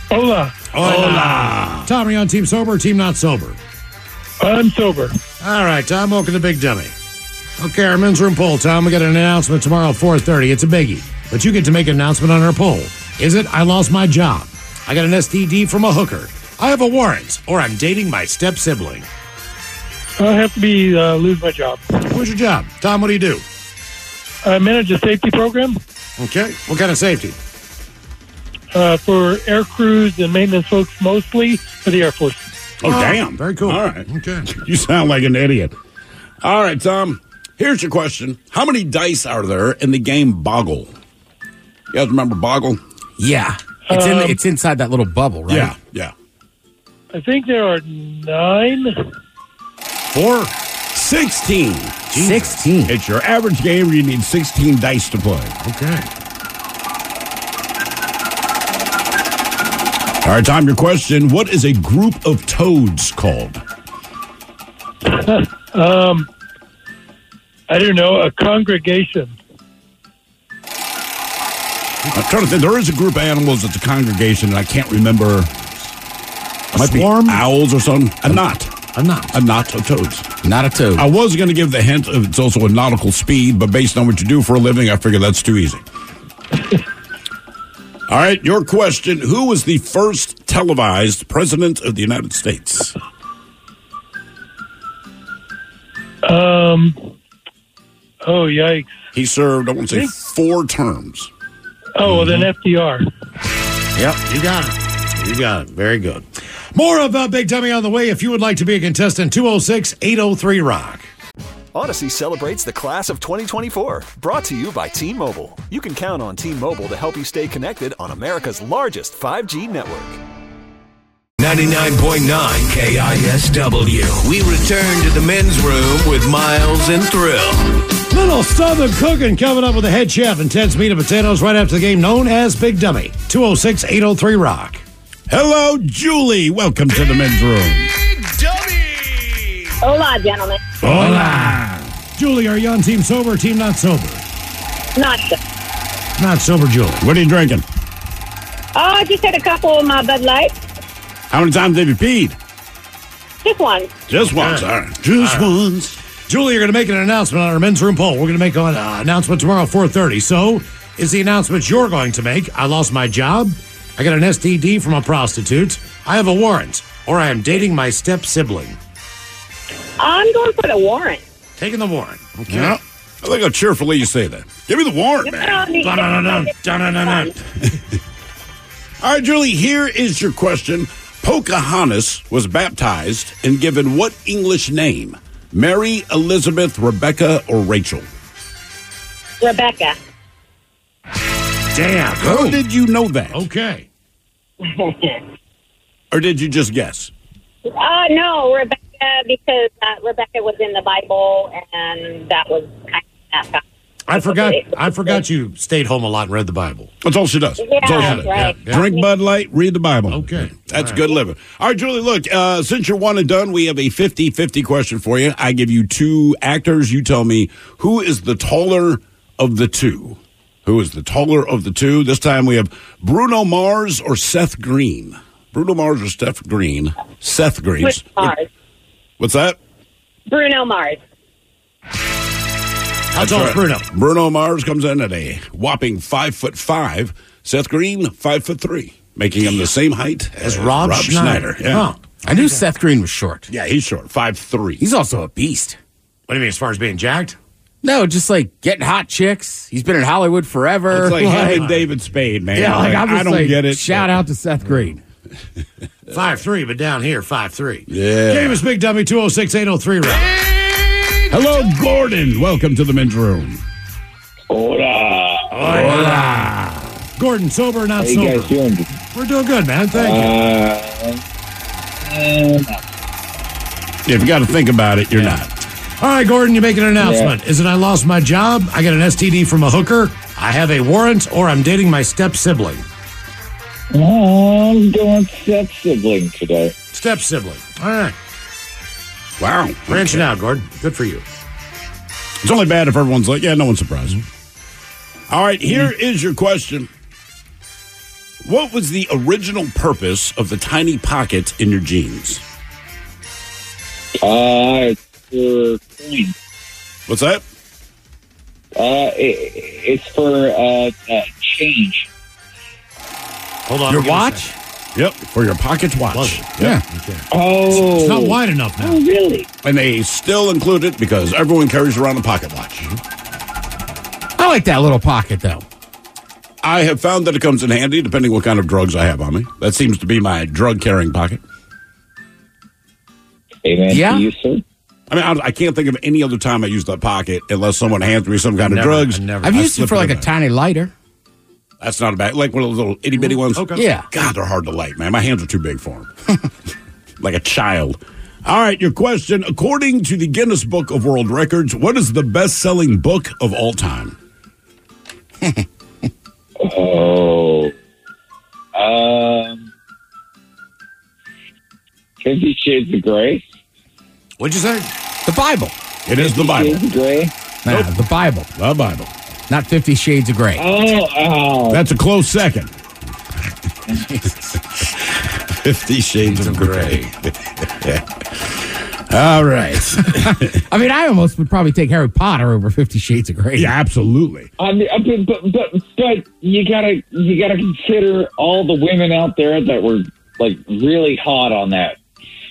Speaker 6: Hola.
Speaker 4: Hola.
Speaker 6: Tom, are you on Team Sober or Team Not Sober? I'm sober. All right, Tom, welcome to Big Dummy. Okay, our men's room poll, Tom. We got an announcement tomorrow at 4.30. It's a biggie. But you get to make an announcement on our poll. Is it, I lost my job? I got an STD from a hooker. I have a warrant. Or I'm dating my step-sibling.
Speaker 8: I have to be uh, lose my job.
Speaker 6: What's your job? Tom, what do you do?
Speaker 8: I manage a safety program
Speaker 6: Okay, what kind of safety?
Speaker 8: uh, for air crews and maintenance folks, mostly for the Air Force.
Speaker 4: Oh, damn.
Speaker 6: Very cool.
Speaker 4: All right.
Speaker 6: Okay.
Speaker 4: (laughs) You sound like an idiot. All right, Tom. Here's your question. How many dice are there in the game Boggle? You guys remember Boggle?
Speaker 3: Yeah. It's in
Speaker 8: Um,
Speaker 3: it's inside that little bubble, right?
Speaker 4: Yeah, yeah.
Speaker 8: I think there are nine.
Speaker 4: Four. 16.
Speaker 3: 16.
Speaker 4: It's your average game where you need 16 dice to play.
Speaker 6: Okay.
Speaker 4: All right, Tom, your question. What is a group of toads called?
Speaker 8: um, I don't know. A congregation.
Speaker 4: I'm trying to think. There is a group of animals that's a congregation, and I can't remember. Might be owls or something. A knot.
Speaker 6: A knot.
Speaker 4: A knot of toads.
Speaker 3: Not a toad.
Speaker 4: I was going to give the hint of it's also a nautical speed, but based on what you do for a living, I figure that's too (laughs) easy. All right, your question. Who was the first televised president of the United States?
Speaker 8: Um. Oh yikes!
Speaker 4: He served, I want to say,
Speaker 8: Think-
Speaker 4: four terms.
Speaker 8: Oh, well, then
Speaker 13: Mm-hmm.
Speaker 8: FDR.
Speaker 6: Yep, you got it. You got it. Very good. More of uh, Big Dummy on the way. If you would like to be a contestant, 206 803 Rock.
Speaker 14: Odyssey celebrates the class of 2024. Brought to you by T Mobile. You can count on T Mobile to help you stay connected on America's largest 5G network.
Speaker 11: 99.9 KISW. We return to the men's room with Miles and Thrill.
Speaker 6: Little Southern cooking coming up with the head chef and Ted's meat and potatoes right after the game, known as Big Dummy. 206 803 Rock.
Speaker 4: Hello, Julie. Welcome to the men's room.
Speaker 13: Hola, gentlemen.
Speaker 6: Hola. Julie, are you on Team Sober or Team Not Sober?
Speaker 13: Not.
Speaker 6: Not sober, Julie.
Speaker 4: What are you drinking?
Speaker 13: Oh, I just had a couple of my Bud Light.
Speaker 4: How many times have you peed?
Speaker 13: Just one.
Speaker 4: Just once. All right.
Speaker 6: Just once. Julie, you're going to make an announcement on our men's room poll. We're going to make an uh, announcement tomorrow at 4.30. So is the announcement you're going to make, I lost my job, I got an STD from a prostitute. I have a warrant, or I am dating my step sibling.
Speaker 13: I'm going for the warrant.
Speaker 6: Taking the warrant. Okay.
Speaker 4: Yeah. I like how cheerfully you say that. Give me the warrant, man.
Speaker 6: Dun-dun-dun-dun, dun-dun-dun-dun.
Speaker 4: (laughs) All right, Julie, here is your question. Pocahontas was baptized and given what English name? Mary, Elizabeth, Rebecca, or Rachel?
Speaker 13: Rebecca.
Speaker 6: Damn.
Speaker 4: How did you know that?
Speaker 6: Okay.
Speaker 4: Or did you just guess?
Speaker 13: Uh, no, Rebecca, because uh, Rebecca was in the Bible, and that was kind of that.
Speaker 6: I forgot. I forgot you stayed home a lot and read the Bible.
Speaker 4: That's all she does. That's all she
Speaker 6: Yeah,
Speaker 4: does.
Speaker 6: right. Yeah.
Speaker 4: Drink Bud Light, read the Bible. Okay.
Speaker 6: All
Speaker 4: That's
Speaker 6: right.
Speaker 4: good living. All right, Julie, look, uh, since you're one and done, we have a 50 50 question for you. I give you two actors. You tell me who is the taller of the two? Who is the taller of the two? This time we have Bruno Mars or Seth Green? Bruno Mars or Seth Green? Seth Green.
Speaker 13: Bruno Mars.
Speaker 4: What's that?
Speaker 13: Bruno Mars.
Speaker 4: How
Speaker 6: tall is Bruno?
Speaker 4: Bruno Mars comes in at a whopping five foot five. Seth Green, five foot three, making him the same height as,
Speaker 3: Rob Schneider.
Speaker 4: Yeah.
Speaker 3: Huh. I knew Seth
Speaker 4: Green was short. Yeah, he's short, five three.
Speaker 3: He's also a beast.
Speaker 6: What do you mean, as far as being jacked?
Speaker 3: No, just like getting hot chicks. He's been in Hollywood forever.
Speaker 4: It's
Speaker 3: (laughs)
Speaker 4: like him and David Spade, man.
Speaker 3: Yeah, like,
Speaker 4: Like,
Speaker 3: I'm just
Speaker 4: I don't
Speaker 3: like,
Speaker 4: get it.
Speaker 3: Shout out to Seth Green.
Speaker 6: Five three, but down here five three.
Speaker 4: Yeah.
Speaker 6: Game is big dummy two zero six eight zero three. Round.
Speaker 4: Hello, Gordon. Welcome to the men's room.
Speaker 6: Hola. Gordon, sober or not
Speaker 4: How you
Speaker 6: sober?
Speaker 4: guys doing?
Speaker 6: We're doing good, man. Thank you.
Speaker 4: If you got to think about it, you're not.
Speaker 6: All right, Gordon, you make an announcement. Is it I lost my job? I got an STD from a hooker. I have a warrant, or I'm dating my step sibling.
Speaker 7: I'm doing step sibling today.
Speaker 6: Step sibling. All right.
Speaker 4: Wow.
Speaker 6: Branching out, Gordon. Good for you.
Speaker 4: It's only bad if everyone's like, yeah, no one's surprised. All right, here
Speaker 3: Mm-hmm.
Speaker 4: is your question. What was the original purpose of the tiny pocket in your jeans?
Speaker 7: Uh, for coin.
Speaker 4: What's that?
Speaker 7: Uh, it, it's for uh, uh change.
Speaker 6: Hold on.
Speaker 4: Your watch? Yep, for your pocket watch. Yeah.
Speaker 7: Oh,
Speaker 6: It's not wide enough now.
Speaker 7: really?
Speaker 4: And they still include it because everyone carries around a pocket watch.
Speaker 3: Mm-hmm. I like that little pocket though.
Speaker 4: I have found that it comes in handy depending what kind of drugs I have on me. That seems to be my drug carrying pocket.
Speaker 7: Amen
Speaker 4: Yeah.
Speaker 7: to you, sir.
Speaker 4: I mean, I, I can't think of any other time I use that pocket unless someone hands me some kind of
Speaker 3: Never,
Speaker 4: drugs.
Speaker 3: I never.
Speaker 4: I
Speaker 3: I've used it
Speaker 4: slip
Speaker 3: for, like,
Speaker 4: in
Speaker 3: a
Speaker 4: there.
Speaker 3: Tiny lighter.
Speaker 4: That's not a bad, like one of those little itty bitty ones.
Speaker 3: okay. Yeah.
Speaker 4: God, they're hard to light, man. My hands are too big for them. (laughs) like a child. All right, your question. According to the Guinness Book of World Records, what is the best selling book of all time?
Speaker 7: Oh. Um. Fifty Shades of Grey.
Speaker 6: What'd you say?
Speaker 3: The Bible.
Speaker 4: It is the Bible.
Speaker 7: Shades of Grey.
Speaker 3: Nah, Ah, the Bible.
Speaker 4: The Bible.
Speaker 3: Not Fifty Shades of
Speaker 8: (laughs)
Speaker 3: Grey.
Speaker 7: Oh, oh.
Speaker 4: That's a close second. (laughs) Fifty Shades of Grey. All right.
Speaker 3: (laughs) I mean, I almost would probably take Harry Potter over Fifty Shades of Grey.
Speaker 4: Yeah, absolutely.
Speaker 7: I mean, I mean, but, but but you gotta you gotta consider all the women out there that were like really hot on that.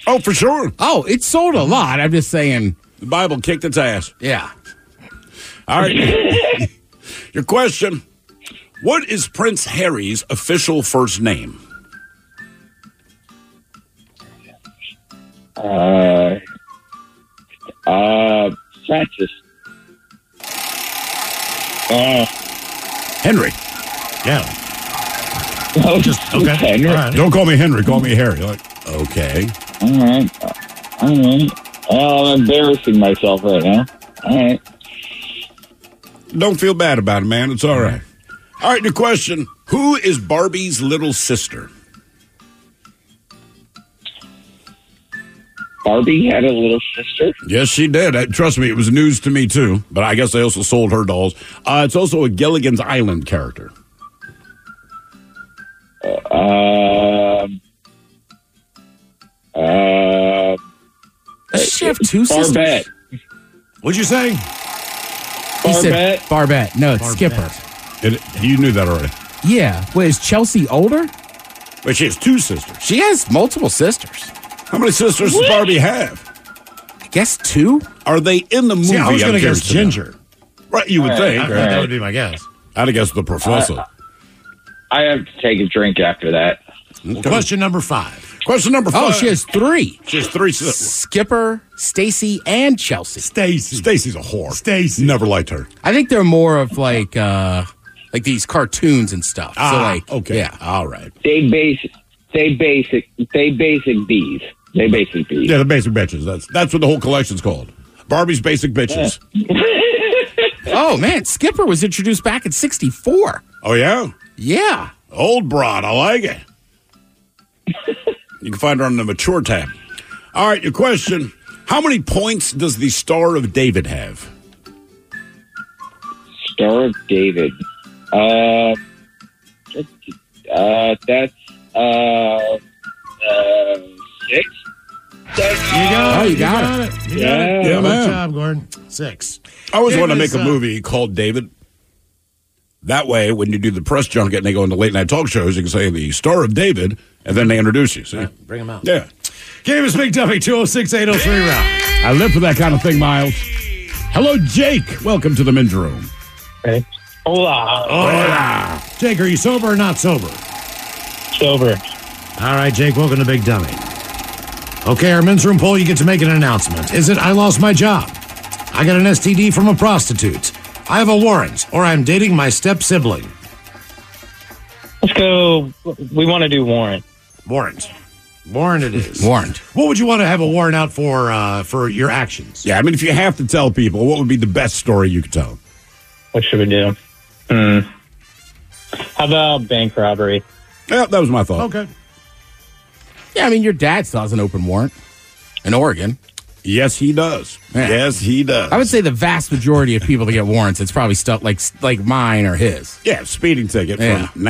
Speaker 4: Oh, for sure.
Speaker 3: Oh, it sold a lot. I'm just saying.
Speaker 4: The Bible kicked its ass.
Speaker 3: Yeah.
Speaker 4: All right. (laughs) Your question What is Prince Harry's official first name?
Speaker 7: Uh, uh, Francis. Uh, (laughs)
Speaker 4: Henry.
Speaker 6: Yeah.
Speaker 7: Oh,
Speaker 6: Just- okay.
Speaker 7: Henry.
Speaker 6: All right.
Speaker 4: Don't call me Henry, call me Harry. Like, okay.
Speaker 7: All right. All right. Well, I'm embarrassing myself right now. All right.
Speaker 4: Don't feel bad about it, man. It's all right. All right, your question Who is Barbie's little sister?
Speaker 7: Barbie had a little sister.
Speaker 4: Yes, she did. Uh, Trust me, it was news to me too. But I guess they also sold her dolls. Uh, it's also a Gilligan's Island character.
Speaker 7: Um. Uh,
Speaker 3: Does she have two sisters?
Speaker 7: Barbette.
Speaker 6: What'd you say?
Speaker 3: He said
Speaker 7: Barbette.
Speaker 3: Barbette. No, it's Skipper.
Speaker 4: It, you knew that already.
Speaker 3: Yeah. Wait, is Chelsea older?
Speaker 4: But she has two sisters.
Speaker 3: She has multiple sisters.
Speaker 4: How many sisters does Barbie have? I
Speaker 3: guess two.
Speaker 4: Are they in the movie?
Speaker 6: See, I was
Speaker 4: I'm
Speaker 6: going to guess
Speaker 4: curious to know.
Speaker 6: Ginger.
Speaker 4: Right, you would
Speaker 6: I-
Speaker 4: think.
Speaker 6: I-
Speaker 4: right?
Speaker 6: That would be my guess.
Speaker 4: I'd have guessed the professor.
Speaker 6: Uh,
Speaker 15: I have to take a drink after that.
Speaker 6: Question number five.
Speaker 4: Question number
Speaker 3: Oh,
Speaker 4: five.
Speaker 3: she has three.
Speaker 4: She has three sisters.
Speaker 3: Skipper, Stacy, and Chelsea.
Speaker 6: Stacy.
Speaker 4: Stacy's a whore.
Speaker 6: Stacy.
Speaker 4: Never liked her.
Speaker 3: I think they're more of like uh like these cartoons and stuff. so
Speaker 15: Ah,
Speaker 3: like
Speaker 4: okay.
Speaker 3: Yeah.
Speaker 4: All right.
Speaker 15: They basic, they basic, they basic bees. They basic bees.
Speaker 4: Yeah, the basic bitches. That's that's what the whole collection's called. Barbie's basic bitches.
Speaker 3: oh man, Skipper was introduced back in sixty four.
Speaker 4: Oh yeah?
Speaker 3: Yeah.
Speaker 4: Old broad, I like it. you can find her on the mature tab. All right, your question. How many points does the Star of David have?
Speaker 15: Star of David. Uh, uh, that's uh, uh, six.
Speaker 6: You got
Speaker 4: Oh,
Speaker 6: it.
Speaker 4: you got Yeah.
Speaker 6: it. You got it.
Speaker 4: Yeah,
Speaker 6: Good
Speaker 4: man.
Speaker 6: job, Gordon. Six.
Speaker 4: I always
Speaker 6: It
Speaker 4: want to
Speaker 6: was,
Speaker 4: make a
Speaker 6: uh,
Speaker 4: movie called David. That way, when you do the press junket and they go into late night talk shows, you can say the Star of David, and then they introduce you. See?
Speaker 6: Bring him out.
Speaker 4: Yeah.
Speaker 6: Game is Big Dummy 206 803 round.
Speaker 4: I live for that kind of thing, Miles. Hello, Jake. Welcome to the men's room.
Speaker 6: Hey.
Speaker 12: Hola.
Speaker 6: Hola. Jake, are you sober or not sober?
Speaker 12: Sober.
Speaker 6: All right, Jake, welcome to Big Dummy. Okay, our men's room poll, you get to make an announcement. Is it I lost my job? I got an STD from a prostitute. I have a warrant, or I'm dating my step sibling.
Speaker 12: Let's go. We want to do warrant.
Speaker 6: Warrant. Warrant it is.
Speaker 3: Warrant.
Speaker 6: What would you want to have a warrant out for uh, for your actions?
Speaker 4: Yeah, I mean, if you have to tell people, what would be the best story you could tell them?
Speaker 12: What should we do? Hmm. How about bank robbery?
Speaker 4: Yeah, that was my thought.
Speaker 6: Okay.
Speaker 3: Yeah, I mean your dad still has an open warrant in Oregon.
Speaker 4: Yes, he does. Yes, he does.
Speaker 3: I would say the vast majority of people that get warrants, it's probably stuff like like mine or his.
Speaker 4: Yeah, speeding ticket
Speaker 3: Yeah.
Speaker 4: from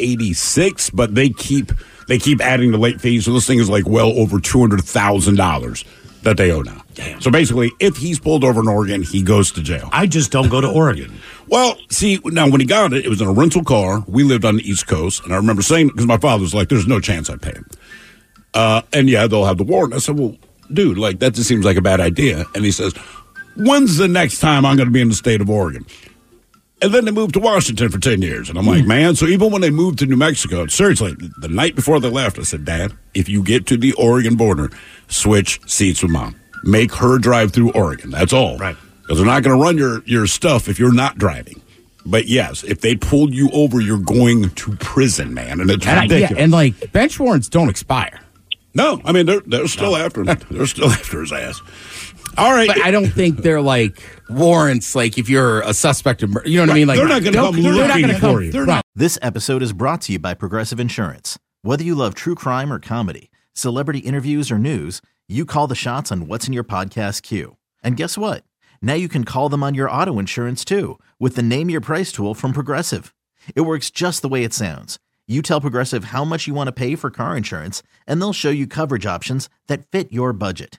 Speaker 4: 1986, but they keep they keep adding the late fees. So this thing is like well over two hundred thousand dollars that they owe now. So basically, if he's pulled over in Oregon, he goes to jail.
Speaker 6: I just don't go to Oregon.
Speaker 4: Well, see, now when he got it, it was in a rental car. We lived on the East Coast, and I remember saying because my father was like, "There's no chance I pay him." Uh, and yeah, they'll have the warrant. I said, "Well, dude, like that just seems like a bad idea." And he says, "When's the next time I'm going to be in the state of Oregon?" And then they moved to Washington for 10 years. And I'm like, man, so even when they moved to New Mexico, seriously, the night before they left, I said, Dad, if you get to the Oregon border, switch seats with mom. Make her drive through Oregon. That's all. Right. Because they're not going to run your, your stuff if you're not driving. But yes, if they pull you over, you're going to prison, man. And it's
Speaker 3: And, I- yeah,
Speaker 4: ridiculous.
Speaker 3: and like bench warrants don't expire.
Speaker 4: no, I mean, they're, they're still after him. They're still (laughs) after his ass. All right,
Speaker 3: but I don't think they're like warrants. Like if you're a suspect of murder, you know what I mean. Like don't- they're not gonna come- right.
Speaker 10: This episode is brought to you by Progressive Insurance. Whether you love true crime or comedy, celebrity interviews or news, you call the shots on what's in your podcast queue. And guess what? Now you can call them on your auto insurance too with the Name Your Price tool from Progressive. It works just the way it sounds. You tell Progressive how much you want to pay for car insurance, and they'll show you coverage options that fit your budget.